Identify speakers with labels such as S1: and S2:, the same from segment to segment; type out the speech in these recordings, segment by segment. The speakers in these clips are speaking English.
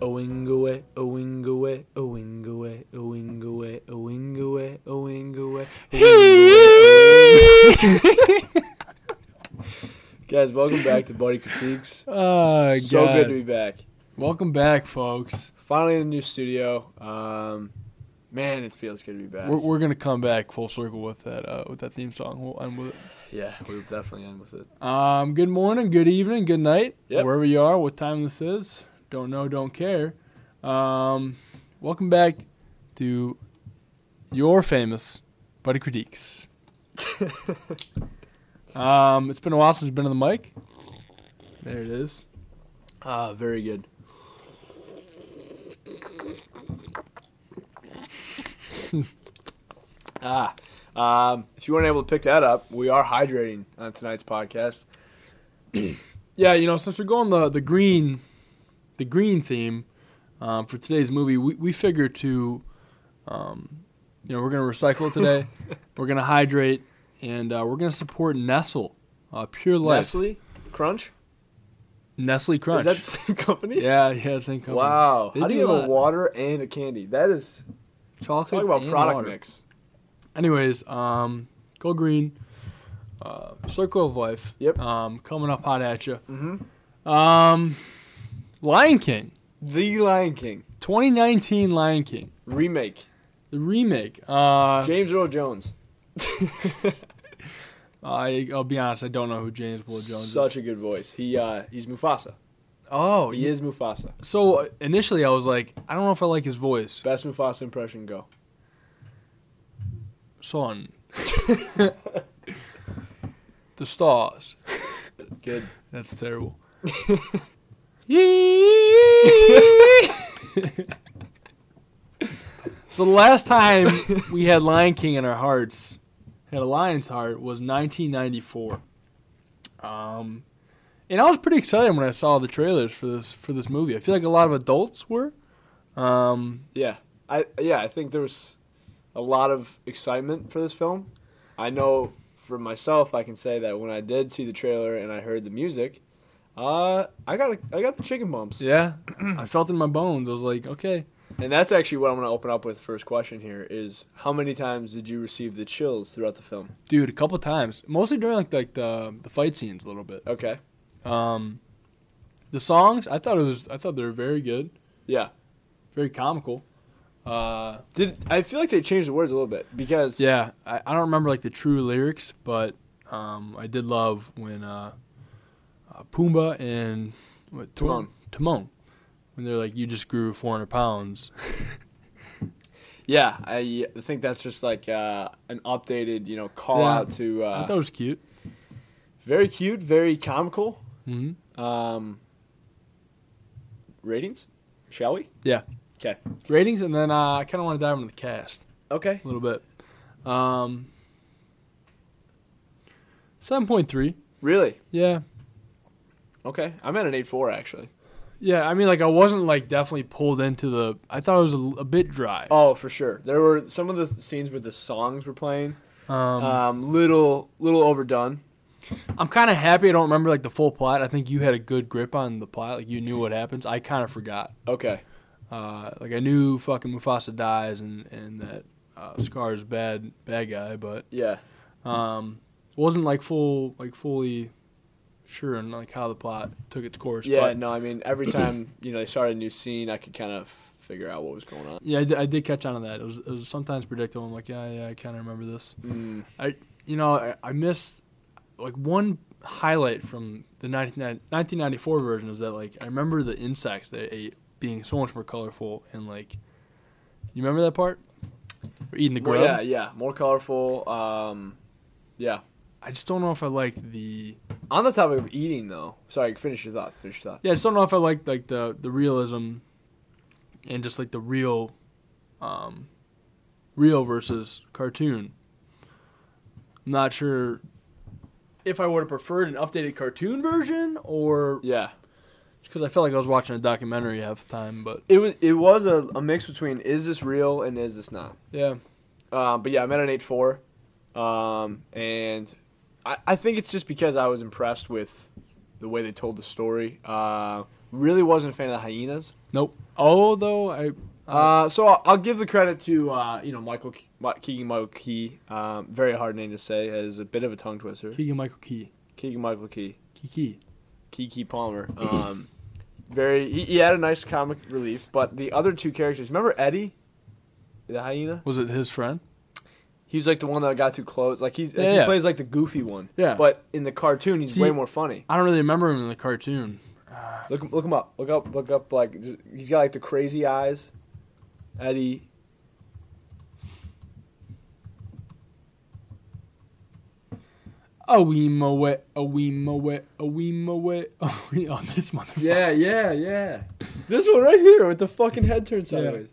S1: Owingawe, Owingawe, Owingawe, Owingawe, Owingawe, Owingawe, Owingawe. Guys, welcome back to Buddy Critiques.
S2: Oh,
S1: So
S2: God.
S1: good to be back.
S2: Welcome back, folks.
S1: Finally in a new studio. Um, man, it feels good to be back.
S2: We're, we're gonna come back full circle with that uh, with that theme song. We'll end with it.
S1: yeah, we'll definitely end with it.
S2: Um, good morning, good evening, good night,
S1: Yep.
S2: wherever you are, what time this is. Don't know, don't care. Um, welcome back to your famous Buddy Critiques. Um, it's been a while since I've been on the mic. There it is.
S1: ah, very good. ah, um, if you weren't able to pick that up, we are hydrating on tonight's podcast.
S2: Yeah, you know, since we're going the the green, the green theme um, for today's movie, we we figure to, um, you know, we're gonna recycle today. we're gonna hydrate, and uh, we're gonna support Nestle, uh, Pure Life,
S1: Nestle Crunch?
S2: Nestle Crunch.
S1: Is that the same company?
S2: yeah, yeah, same company.
S1: Wow.
S2: They
S1: How do
S2: do
S1: you
S2: a
S1: have a
S2: lot.
S1: water and a candy? That is
S2: Chocolate.
S1: talk about
S2: and
S1: product
S2: water.
S1: mix.
S2: Anyways, um, go green. Uh, Circle of Life.
S1: Yep.
S2: Um, coming up hot at you.
S1: Mm-hmm.
S2: Um, Lion King,
S1: The Lion King
S2: 2019 Lion King.
S1: remake.
S2: The remake. Uh,
S1: James Earl Jones.
S2: I, I'll be honest. I don't know who James Will Jones
S1: Such
S2: is.
S1: a good voice. He uh, he's Mufasa.
S2: Oh,
S1: He is Mufasa.
S2: So uh, initially, I was like, I don't know if I like his voice.
S1: Best Mufasa impression go.
S2: Son, the stars.
S1: Good.
S2: That's terrible. so the last time we had Lion King in our hearts, had a lion's heart, was 1994. Um, and I was pretty excited when I saw the trailers for this for this movie. I feel like a lot of adults were. Um,
S1: Yeah. I yeah, I think there was a lot of excitement for this film. I know for myself I can say that when I did see the trailer and I heard the music, uh I got a, I got the chicken bumps.
S2: yeah, I felt in my bones. I was like, okay,
S1: And that's actually what I'm going to open up with first question here is how many times did you receive the chills throughout the film?
S2: dude, a couple times, mostly during like like the the fight scenes a little bit.
S1: Okay.
S2: Um, the songs, I thought it was, I thought they were very good,
S1: Yeah.
S2: very comical. Uh,
S1: Did I feel like they changed the words a little bit because
S2: yeah, I, I don't remember like the true lyrics, but um, I did love when uh, uh, Pumbaa and what,
S1: Timon.
S2: Timon, when they're like, "You just grew 400 pounds."
S1: yeah, I think that's just like uh, an updated, you know, call
S2: Yeah.
S1: out to
S2: I
S1: uh,
S2: thought it was cute.
S1: very cute, very comical.
S2: hmm
S1: Um, ratings, shall we?
S2: Yeah.
S1: 'Kay.
S2: Ratings, and then uh, I kind of want to dive into the cast
S1: Okay.
S2: a little bit. Um, 7.3.
S1: Really?
S2: Yeah.
S1: Okay. I'm at an eight four actually.
S2: Yeah, I mean, like I wasn't like definitely pulled into the. I thought it was a, l- a bit dry.
S1: Oh, for sure. There were some of the scenes where the songs were playing.
S2: Um,
S1: Um, little, little overdone.
S2: I'm kind of happy I don't remember like the full plot. I think you had a good grip on the plot, like you knew what happens. I kind of forgot.
S1: Okay.
S2: Uh, like I knew fucking Mufasa dies and and that uh, Scar is bad bad guy, but
S1: Yeah.
S2: um, wasn't like full like fully sure on like how the plot took its course.
S1: Yeah.
S2: but-
S1: No, I mean every time you know they started a new scene, I could kind of figure out what was going on.
S2: yeah, I did, I did catch on to that. It was, it was sometimes predictable. I'm like, yeah, yeah, I kind of remember this.
S1: Mm.
S2: you know, I, I missed like one highlight from the 1990 1994 version is that like I remember the insects they ate being so much more colorful and like you remember that part? We're eating the
S1: More-
S2: grub.
S1: yeah. Yeah. More colorful. Um, yeah.
S2: I just don't know if I liked the
S1: On the topic of eating, though. Sorry. Finish your thought. Finish your thought.
S2: yeah, I just don't know if I liked like the the realism and just like the real um real versus cartoon. I'm not sure if I would have preferred an updated cartoon version or
S1: Yeah.
S2: because I felt like I was watching a documentary half the time. But
S1: It was. It was a, a mix between is this real and is this not.
S2: yeah,
S1: Um, but yeah, I'm at an eight four, um, and I, I think it's just because I was impressed with the way they told the story. Uh, really wasn't a fan of the hyenas.
S2: Nope. Although I
S1: Uh, so I'll, I'll give the credit to uh, you know Michael Ke- Mi- Keegan Michael Key. Um, very hard name to say, as a bit of a tongue twister.
S2: Keegan Michael Key.
S1: Keegan Michael Key,
S2: Kiki.
S1: Kiki Palmer. Um, very. He, he had a nice comic relief, but the other two characters. Remember Eddie, the hyena.
S2: Was it his friend?
S1: He was like the one that got too close. Like he's
S2: Yeah,
S1: he
S2: yeah.
S1: plays like the goofy one.
S2: Yeah.
S1: But in the cartoon, he's
S2: See-
S1: way more funny.
S2: I don't really remember him in the cartoon.
S1: Look look him up. Look up. Look up. Like just, he's got like the crazy eyes. Eddie.
S2: A weemowe, a weemowe, a weemowe. Oh, we- oh, this motherfucker.
S1: yeah, yeah. This one right here with the fucking head turned
S2: Yeah.
S1: sideways.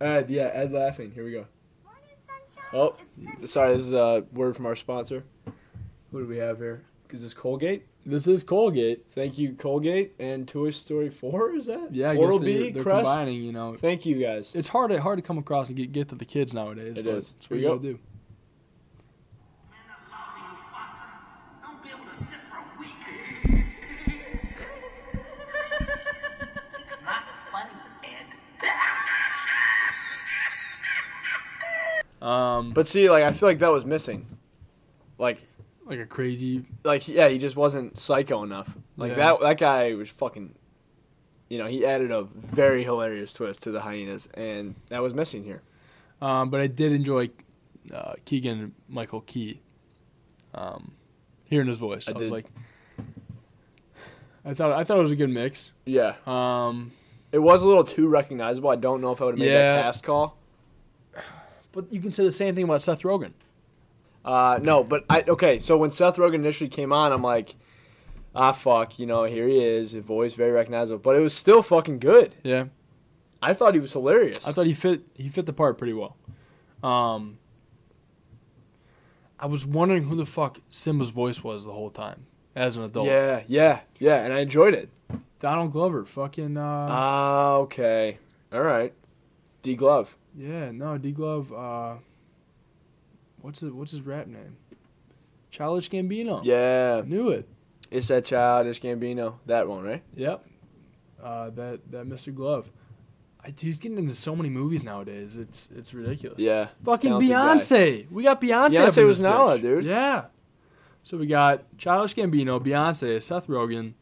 S1: Ed, yeah, Ed laughing. Here we go.
S3: Morning, sunshine.
S1: Oh,
S3: It's French.
S1: sorry. This is a word from our sponsor. What do we have here? Is this Colgate?
S2: This is Colgate.
S1: Thank you, Colgate and Toy Story Four. Is that?
S2: Yeah, I
S1: Oral
S2: guess they're,
S1: B
S2: they're
S1: Crest.
S2: combining. You know,
S1: Thank you guys.
S2: it's hard hard to come across and get get to the kids nowadays.
S1: It
S2: but
S1: is.
S2: That's
S1: Here
S2: what
S1: we
S2: you
S1: go.
S2: gotta do.
S4: Man, that lousy Mufasa. I won't be able to sit for a week. it's not funny, Ed.
S2: Um,
S1: But see, like I feel like that was missing. Like,
S2: like a crazy.
S1: like yeah, he just wasn't psycho enough. Like
S2: Yeah.
S1: that that guy was fucking. You know, he added a very hilarious twist to the hyenas, and that was missing here.
S2: Um, but I did enjoy uh, Keegan Michael Key. Um, hearing his voice, I,
S1: I
S2: was
S1: did.
S2: like, I thought I thought it was a good mix.
S1: Yeah,
S2: Um,
S1: It was a little too recognizable. I don't know if I would have made
S2: Yeah.
S1: that cast call.
S2: but you can say the same thing about Seth Rogen.
S1: Uh, no, but I okay. So when Seth Rogen initially came on, I'm like, ah, fuck, you know, here he is. His voice very recognizable, but it was still fucking good.
S2: Yeah,
S1: I thought he was hilarious.
S2: I thought he fit he fit the part pretty well. Um, I was wondering who the fuck Simba's voice was the whole time as an adult.
S1: yeah, yeah, yeah, and I enjoyed it.
S2: Donald Glover, fucking uh,
S1: Ah, okay, all right. D Glove,
S2: yeah, no D Glove. Uh, what's his, what's his rap name? Childish Gambino.
S1: yeah,
S2: knew it.
S1: it's that childish Gambino, that one, right?
S2: Yep. Uh, that that Mr. Glove. I, dude, he's getting into so many movies nowadays. It's it's ridiculous.
S1: Yeah,
S2: Fucking
S1: talented guy.
S2: Beyonce. We got Beyonce.
S1: Beyonce
S2: up in
S1: was
S2: this
S1: Nala,
S2: bitch.
S1: dude.
S2: Yeah. So we got Childish Gambino, Beyonce, Seth Rogen.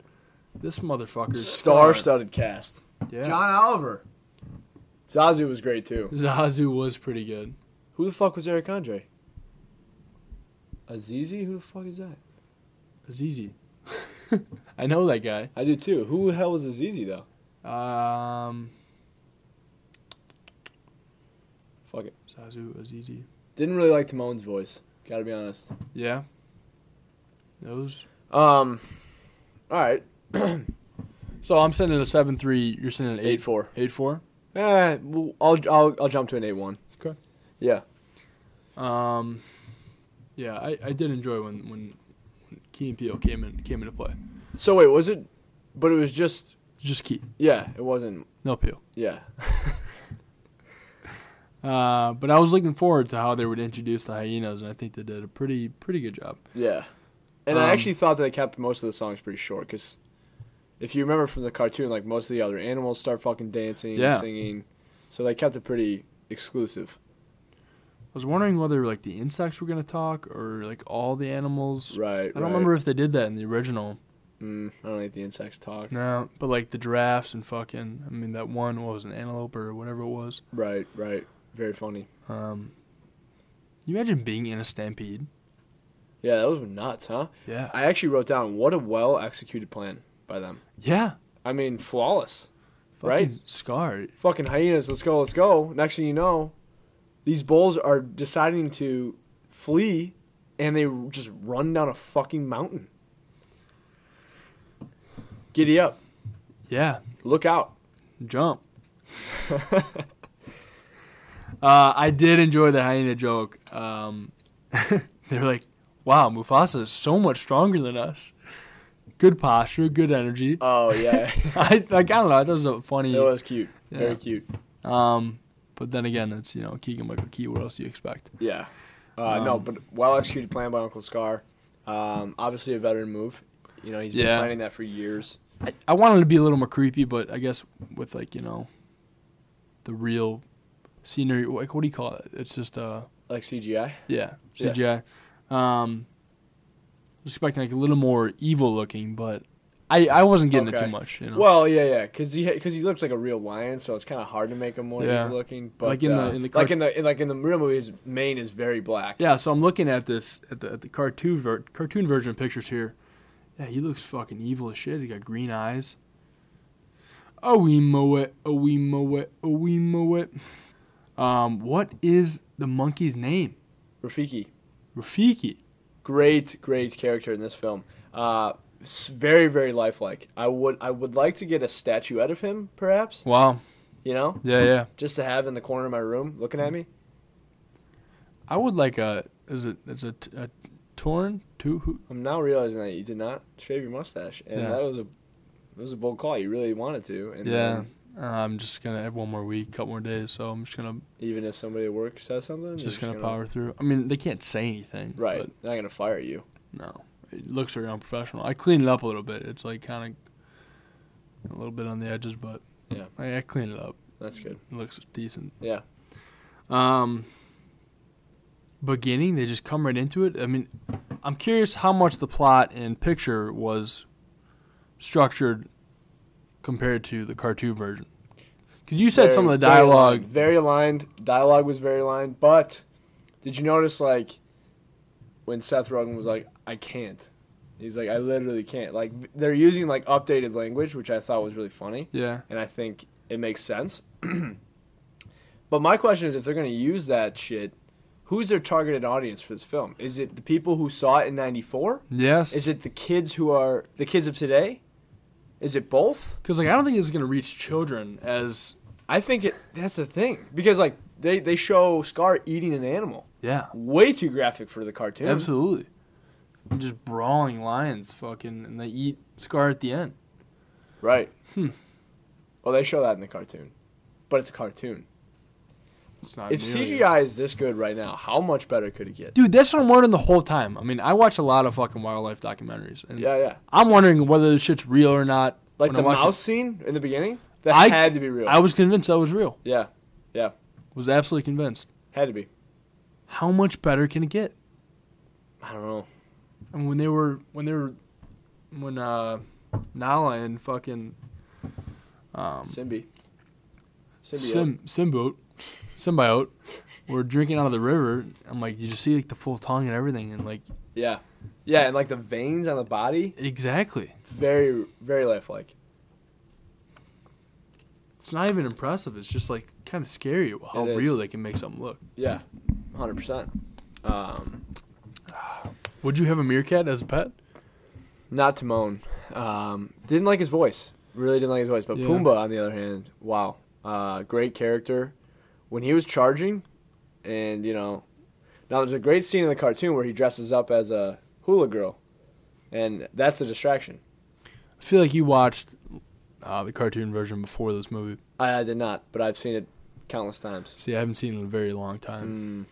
S2: This motherfucker.
S1: Star-studded cast.
S2: Yeah.
S1: Oliver. Zazu was great too.
S2: Zazu was pretty good.
S1: Who the fuck was Eric Andre? Azizi? Who the fuck is that?
S2: Azizi. I know that guy.
S1: I do too. Who the hell was Azizi though?
S2: Um,
S1: Fuck it.
S2: Zazu Azizi.
S1: Didn't really like Timon's voice. Gotta be honest.
S2: Yeah. Those.
S1: Um. All right.
S2: So I'm sending a seven three. You're sending an eight
S1: Eight four.
S2: Eight four.
S1: Eh, well, I'll I'll I'll jump to an eight one.
S2: Okay.
S1: Yeah.
S2: Um, yeah, I, I did enjoy when when Key and Peele came in came into play.
S1: So wait, was it? But it was just.
S2: Just Key,
S1: Yeah. It wasn't.
S2: no Peele.
S1: Yeah.
S2: Uh, but I was looking forward to how they would introduce the hyenas, and I think they did a pretty pretty good job.
S1: Yeah. And
S2: Um,
S1: I actually thought that they kept most of the songs pretty short because, if you remember from the cartoon, like most of the other animals start fucking dancing
S2: Yeah.
S1: and singing, so they kept it pretty exclusive.
S2: I was wondering whether like the insects were gonna talk or like all the animals.
S1: Right.
S2: I don't remember if they did that in the original.
S1: Mm, I don't think the insects talk.
S2: No, but like the giraffes and fucking, I mean that one what was it, an antelope or whatever it was.
S1: Right, right. Very funny.
S2: Um, you imagine being in a stampede?
S1: Yeah, those were nuts, huh?
S2: Yeah.
S1: I actually wrote down what a well executed plan by them.
S2: Yeah.
S1: I mean, flawless.
S2: Fucking
S1: Right?
S2: Scar.
S1: Fucking hyenas, let's go, let's go. Next thing you know, these bulls are deciding to flee and they just run down a fucking mountain. Giddy up.
S2: Yeah.
S1: Look out.
S2: Jump. uh, I did enjoy the hyena joke. Um, they were like, wow, Mufasa is so much stronger than us. Good posture, good energy.
S1: Oh, yeah.
S2: I, like, I don't know. I thought it was a funny.
S1: it was cute.
S2: Yeah.
S1: Very cute.
S2: Um, but then again, it's, you know, Keegan Michael Key. What else do you expect?
S1: Yeah. Uh, no,
S2: Um,
S1: but well executed plan by Uncle Scar. Um, obviously a veteran move. You know, he's been
S2: Yeah.
S1: planning that for years.
S2: I, I wanted to be a little more creepy, but I guess with like you know, the real scenery. Like what do you call it? It's just uh
S1: Like CGI.
S2: yeah
S1: Yeah.
S2: CGI. Um, I was expecting like a little more evil looking, but I I wasn't getting it
S1: Okay.
S2: too much. You know,
S1: Well, yeah, yeah, because he because he looks like a real lion, so it's kind of hard to make him more
S2: Yeah.
S1: evil looking. But
S2: Like in the-
S1: uh,
S2: in the
S1: like in the in, like in the real movie, his mane is very black.
S2: yeah. So I'm looking at this at the at the cartoon ver- cartoon version of pictures here. Yeah, he looks fucking evil as shit. He got green eyes. Oh we mow it, oh we mow it, oh we mow it. Um, what is the monkey's name?
S1: Rafiki,
S2: Rafiki.
S1: great, great character in this film. Uh, s- very, very lifelike. I would I would like to get a statuette of him, perhaps.
S2: Wow.
S1: You know,
S2: Yeah, yeah.
S1: just to have in the corner of my room, looking at me.
S2: I would like a is it is it a torn two who
S1: I'm now realizing that you did not shave your mustache, and
S2: Yeah.
S1: that was a it was a bold call. You really wanted to, and
S2: Yeah.
S1: then
S2: Uh, I'm just gonna have one more week, couple more days, so I'm just gonna
S1: even if somebody at work says something, you're
S2: just gonna power through. I mean, they can't say anything.
S1: Right,
S2: but
S1: they're not gonna fire you.
S2: no, it looks very unprofessional. I cleaned it up a little bit. It's like kind of a little bit on the edges, but
S1: Yeah.
S2: I, I cleaned it up.
S1: That's good.
S2: It looks decent.
S1: Yeah.
S2: Um, beginning, they just come right into it. I mean, I'm curious how much the plot and picture was structured compared to the cartoon version. Because you said some of the
S1: Very- very
S2: dialogue.
S1: aligned- very aligned. Dialogue was very aligned, but did you notice like when Seth Rogen was like, "I can't," he's like, "I literally can't." Like they're using like updated language, which I thought was really funny,
S2: Yeah.
S1: and I think it makes sense. but my question is, if they're gonna use that shit, who's their targeted audience for this film? Is it the people who saw it in '94?
S2: Yes.
S1: Is it the kids who are the kids of today? Is it both?
S2: Because like I don't think it's gonna reach children as
S1: I think it. That's the thing because like they they show Scar eating an animal.
S2: yeah
S1: Way too graphic for the cartoon.
S2: absolutely just brawling lions fucking and they eat Scar at the end.
S1: Right.
S2: Hmm.
S1: Well, they show that in the cartoon, but it's a cartoon.
S2: It's not
S1: If CGI is this good right now, how much better could it get?
S2: Dude, that's what I'm wondering the whole time. I mean, I watch a lot of fucking wildlife documentaries, and
S1: Yeah, yeah.
S2: I'm wondering whether this shit's real or not.
S1: Like
S2: when
S1: the
S2: I watch it.
S1: mouse scene in the beginning, that
S2: I-
S1: had to be real.
S2: I was convinced that was real.
S1: yeah,
S2: Was absolutely convinced.
S1: had to be.
S2: How much better can it get?
S1: I don't know.
S2: And when they were when they were when uh Nala and fucking um
S1: Simbi. Simbi.
S2: Sim Simboat, symbiote, were drinking out of the river. I'm like, you just see like the full tongue and everything, and like
S1: Yeah. Yeah, and like the veins on the body,
S2: exactly.
S1: very, very lifelike.
S2: It's not even impressive. It's just like kind of scary how
S1: It is.
S2: real they can make something look.
S1: Yeah, hundred percent. Um,
S2: Would you have a meerkat as a pet?
S1: Not Timon. Um, didn't like his voice. Really didn't like his voice. But
S2: Yeah.
S1: Pumbaa, on the other hand, wow, uh, great character. When he was charging, and you know, now there's a great scene in the cartoon where he dresses up as a hula girl, and that's a distraction.
S2: I feel like you watched uh, the cartoon version before this movie.
S1: I, I did not, but I've seen it countless times.
S2: See, I haven't seen it in a very long time,
S1: Mm,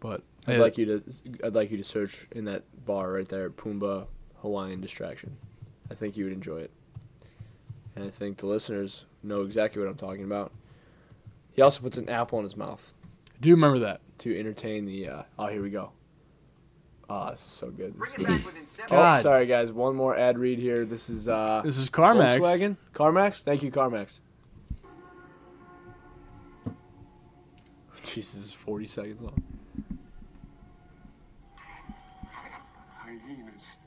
S2: but
S1: I'd
S2: I-
S1: like you to. I'd like you to search in that bar right there, Pumbaa Hawaiian distraction. I think you would enjoy it, and I think the listeners know exactly what I'm talking about. He also puts an apple in his mouth
S2: I do remember that.
S1: to entertain the. Uh, oh, here we go. Ah, this is so good. This is good.
S4: Bring it back within seven.
S2: God.
S1: Oh, sorry guys. One more ad read here. This is uh,
S2: This is Carmax.
S1: Volkswagen. Carmax. Thank you, Carmax. Jesus, this is 40 seconds long.
S3: Hyenas.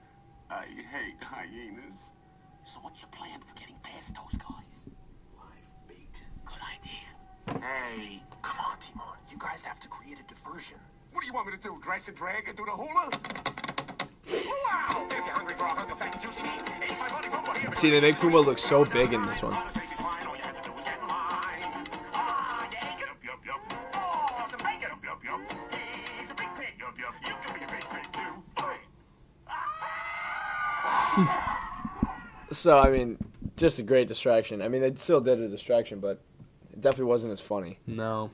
S3: I hate hyenas.
S4: So what's your plan for getting past those guys? Live bait. Good idea. Hey. Come on, Timon. You guys have to create a diversion.
S3: What do you want me to do? Dress and drag and do the hula? Wow! If you're hungry for a hunk of fat and juicy meat, eat my buddy Pumbaa here.
S1: See, they make Pumbaa look so big in this one.
S3: Honest Daisy's fine, all you had to do was get in line. Ah, yeah, yup, yup, yup. For some bacon. Yup, yup, yup. He's a big pig. Yup, yup. You can be a big pig too. Hey.
S1: So I mean, just a great distraction. I mean, they still did a distraction, but it definitely wasn't as funny.
S2: No.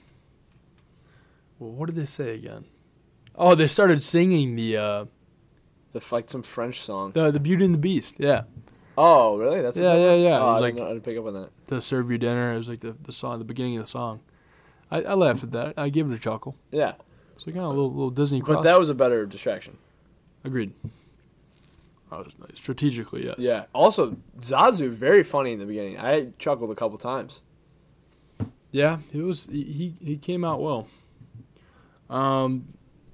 S2: Well, what did they say again? Oh, they started singing the uh,
S1: The f- like some French song.
S2: The the Beauty and the Beast. Yeah.
S1: Oh, really? That's
S2: Yeah,
S1: that
S2: yeah,
S1: was?
S2: yeah.
S1: Oh,
S2: It was
S1: I
S2: like-
S1: didn't know how to pick up on that.
S2: To serve you dinner. It was like the, the song, the beginning of the song. I, I laughed at that. I gave it a chuckle.
S1: Yeah,
S2: It's like kind of a little, little Disney
S1: but
S2: cross.
S1: that was a better distraction.
S2: agreed. I was, strategically, yes.
S1: Yeah. Also, Zazu very funny in the beginning. I chuckled a couple times.
S2: Yeah, it was. he- He he came out well. Um,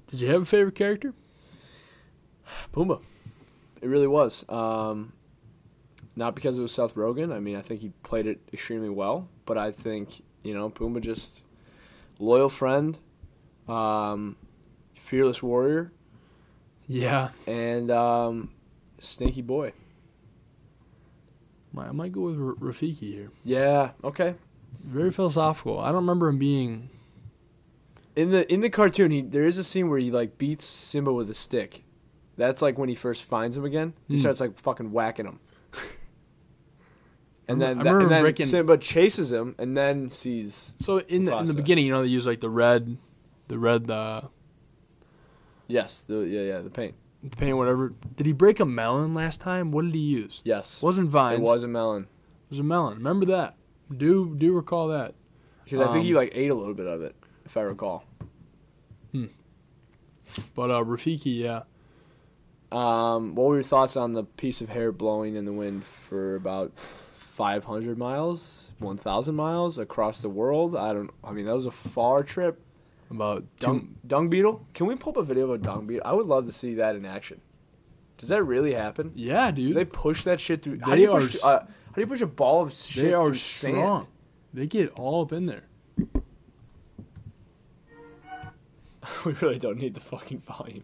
S2: did you have a favorite character?
S1: Pumbaa. It really was. Um, not because it was Seth Rogen. I mean, I think he played it extremely well, but I think you know Pumbaa just loyal friend, um, fearless warrior,
S2: Yeah,
S1: and um, sneaky boy.
S2: I might go with R- Rafiki here.
S1: Yeah. Okay.
S2: Very philosophical. I don't remember him being.
S1: In the in the cartoon, he there is a scene where he like beats Simba with a stick. That's like when he first finds him again. He
S2: Hmm.
S1: starts like fucking whacking him. And
S2: I
S1: then, that,
S2: remember
S1: and then
S2: Rick and-
S1: Simba chases him, and then sees
S2: So in the, in the
S1: Mufasa.
S2: beginning, you know, they use like the red, the red uh,
S1: yes, the yeah yeah the paint.
S2: paint, whatever. Did he break a melon last time? What did he use?
S1: Yes,
S2: Wasn't
S1: it
S2: vines.
S1: was a melon
S2: It was a melon. Remember that. Do do recall that.
S1: because I think he
S2: Um,
S1: like ate a little bit of it, if I recall.
S2: But uh, Rafiki, yeah.
S1: Um, what were your thoughts on the piece of hair blowing in the wind for about 500 miles, 1,000 miles across the world? I don't. I mean, that was a far trip.
S2: About two,
S1: Dung, dung beetle. Can we pull up a video of a dung beetle? I would love to see that in action. Does that really happen?
S2: yeah, dude.
S1: Do they push that shit through? How
S2: They
S1: do you push?
S2: are s-
S1: Uh, how do you push a ball of shit
S2: they are
S1: through
S2: strong.
S1: sand?
S2: They get all up in there.
S1: we really don't need the fucking volume.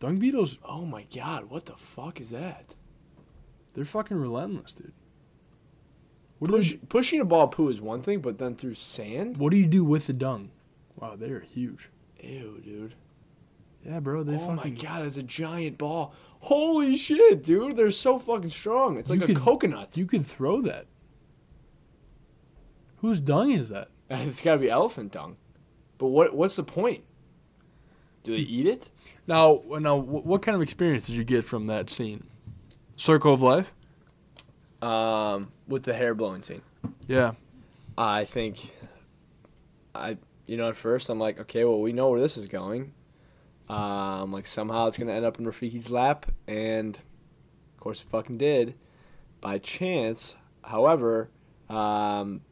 S2: Dung beetles,
S1: Oh my god, what the fuck is that?
S2: they're fucking relentless, dude. What do,
S1: Push,
S2: you,
S1: pushing a ball poo is one thing, but then through sand?
S2: what do you do with the dung? Wow, they are huge.
S1: Ew, dude.
S2: Yeah, bro. They
S1: Oh my
S2: fucking-
S1: god, that's a giant ball. Holy shit, dude. They're so fucking strong. It's
S2: You
S1: like a
S2: could-
S1: coconut.
S2: You could throw that. Whose dung is that?
S1: It's gotta be elephant dung. But what? what's the point? Do they eat it?
S2: Now, now, wh- what kind of experience did you get from that scene? Circle of Life.
S1: Um, with the hair blowing scene.
S2: Yeah.
S1: I think I you know at first I'm like okay well we know where this is going um like somehow it's gonna end up in Rafiki's lap and of course it fucking did by chance however um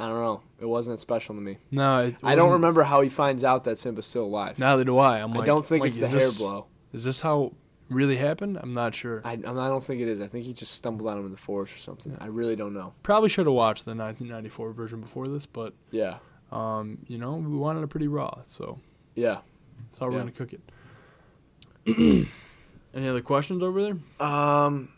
S1: I don't know it wasn't special to me
S2: No, it
S1: I don't
S2: wasn't-
S1: remember how he finds out that Simba's still alive
S2: Neither do I. I'm like,
S1: I don't think
S2: I'm
S1: it's
S2: like,
S1: the
S2: is
S1: hair
S2: this-
S1: blow
S2: Is this how it really happened? I'm not sure.
S1: I I don't think it is I think he just stumbled on him in the forest or something I really don't know
S2: Probably should have watched the 1994 version before this, but
S1: yeah
S2: um, you know, we wanted it pretty raw, so
S1: yeah
S2: that's how we're
S1: Yeah.
S2: gonna cook it. Any other questions over there?
S1: Um,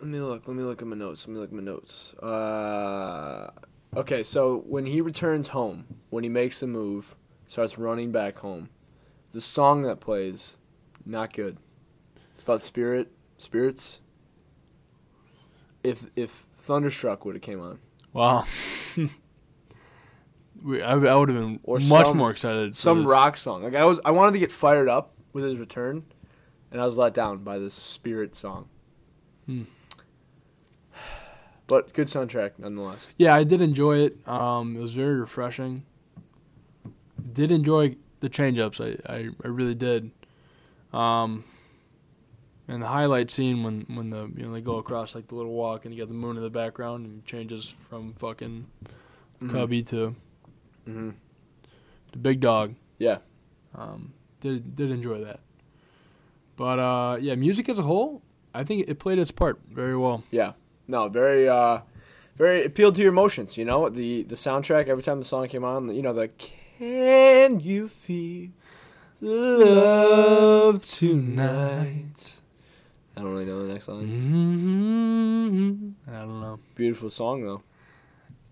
S1: let me look. Let me look at my notes. Let me look at my notes. Uh, okay. So when he returns home, when he makes the move, starts running back home, the song that plays, not good. It's about spirit, spirits. If if Thunderstruck would have came on,
S2: Wow. we, I, I would have been
S1: Or
S2: much
S1: some-
S2: more excited. for
S1: some
S2: this.
S1: rock song. Like I was, I wanted to get fired up with his return, and I was let down by this spirit song.
S2: Hmm.
S1: But good soundtrack nonetheless.
S2: Yeah, I did enjoy it. Um, it was very refreshing. Did enjoy the change ups. I, I, I really did. Um, and the highlight scene when, when the you know they go across like the little walk and you got the moon in the background and changes from fucking
S1: Mhm.
S2: cubby to
S1: Mhm.
S2: the big dog.
S1: Yeah.
S2: Um, did did enjoy that. But uh, yeah, music as a whole, I think it played its part very well.
S1: Yeah. No, very uh very appealed to your emotions, you know? The the soundtrack every time the song came on, you know, the can you feel the love tonight? I don't really know the next line.
S2: Mhm. I don't know.
S1: Beautiful song though.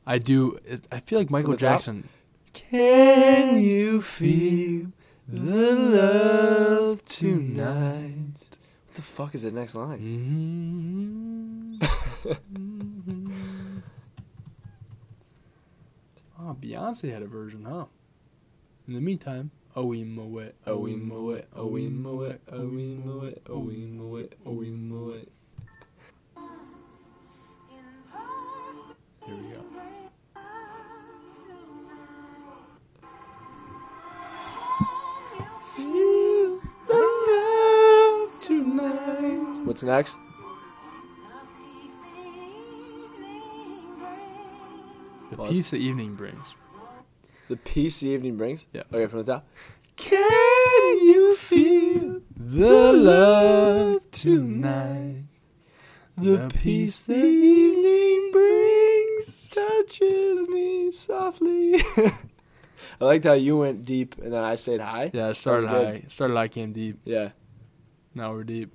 S2: I do. It, I feel like Michael
S1: the top?
S2: Jackson.
S1: Can you feel the love tonight? What the fuck is the next line?
S2: Mm-hmm. Ah, oh, Beyonce had a version, huh? In the meantime, Owimoet, Owimoet, Owimoet, Owimoet, Owimoet, Owimoet. Here we go.
S1: Mm. What's next?
S2: The
S1: Pause.
S2: peace the evening brings.
S1: The peace the evening brings.
S2: Yeah.
S1: Okay, from the top.
S2: Can you feel the love tonight? The peace the evening brings
S1: touches me softly. I liked how you went deep and then I stayed high.
S2: Yeah, it started
S1: good.
S2: high. Started high, came deep.
S1: Yeah.
S2: Now we're deep.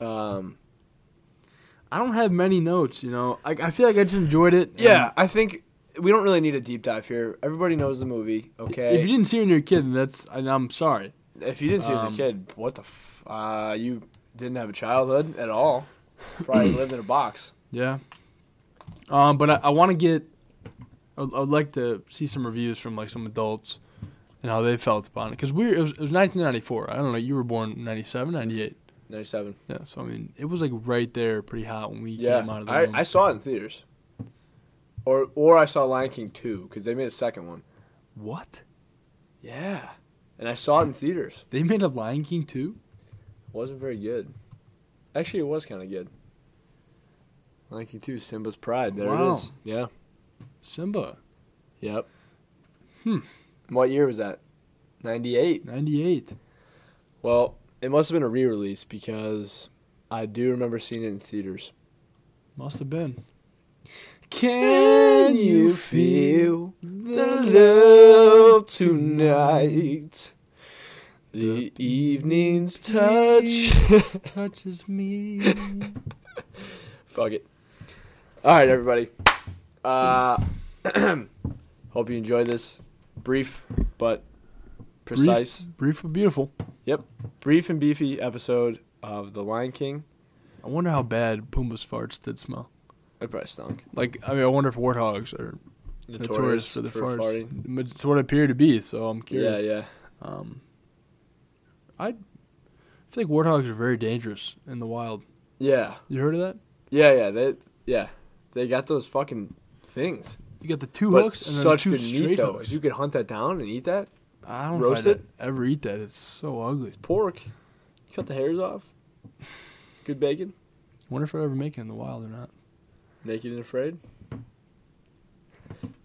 S1: Um,
S2: I don't have many notes, you know. I, I feel like I just enjoyed it. and
S1: yeah, I think we don't really need a deep dive here. Everybody knows the movie, okay?
S2: If you didn't see it when you were a kid, then that's and I'm sorry.
S1: If you didn't see it as
S2: Um,
S1: a kid, what the f- uh, you didn't have a childhood at all. Probably lived in a box.
S2: Yeah. Um, but I, I want to get. I would, I would like to see some reviews from like some adults and how they felt upon it because we it was, it was 1994. I don't know. You were born in 97, 98.
S1: 97.
S2: Yeah. So I mean, it was like right there, pretty hot when we
S1: Yeah.
S2: came out of the
S1: I,
S2: womb.
S1: I saw it in theaters. Or or I saw Lion King 2 cuz they made a second one.
S2: what?
S1: Yeah. And I saw it in theaters.
S2: They made a Lion King too?
S1: wasn't very good. Actually, it was kind of good. Lion King 2 Simba's Pride. There
S2: Wow.
S1: it is. Yeah.
S2: Simba,
S1: Yep.
S2: Hmm.
S1: What year was that? 98.
S2: 98.
S1: Well, it must have been a re-release because I do remember seeing it in theaters.
S2: Must have been. Can you feel the love tonight?
S1: The
S2: evening's
S1: touch.
S2: touches me.
S1: Fuck it. All right, everybody. Uh, hope you enjoyed this brief but precise,
S2: Brief, brief but beautiful.
S1: brief, and beefy episode of The Lion King.
S2: I wonder how bad Pumbaa's farts did smell.
S1: It probably stunk.
S2: Like, I mean, I wonder if warthogs are notorious, for the farts.
S1: farting.
S2: But It's what it appeared to be, so I'm
S1: Yeah,
S2: curious.
S1: yeah.
S2: Um, I feel like warthogs are very dangerous in the wild.
S1: Yeah.
S2: You heard of that?
S1: Yeah, yeah. They yeah. They got those fucking things.
S2: You got the two
S1: But
S2: hooks and then
S1: such
S2: two
S1: good meat
S2: straight
S1: though.
S2: hooks.
S1: If you could hunt that down and eat that
S2: I don't
S1: Roast
S2: find
S1: it?
S2: I ever eat that. It's so ugly.
S1: pork, cut the hairs off. Good bacon.
S2: Wonder if I ever make it in the wild or not.
S1: Naked and afraid.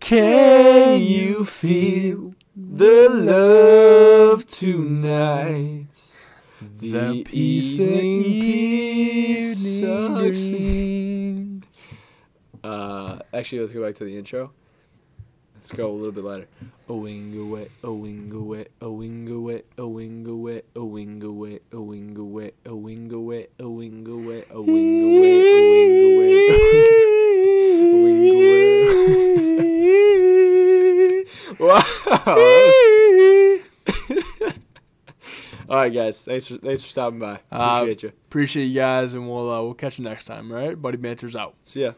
S2: Can
S1: the love tonight?
S2: The peace the evening brings.
S1: Uh, actually, let's go back to the intro. Let's go a little bit lighter.
S2: A wing away, a wing away, a wing away, a wing away, a wing away, a wing away, a wing away, a wing away, a wing away, a wing away, a wing away.
S1: Wow. All right, guys. Thanks for thanks for stopping by.
S2: Uh,
S1: Appreciate you.
S2: Appreciate you guys, and we'll uh, we'll catch you next time. All right, buddy, banter's out.
S1: See ya.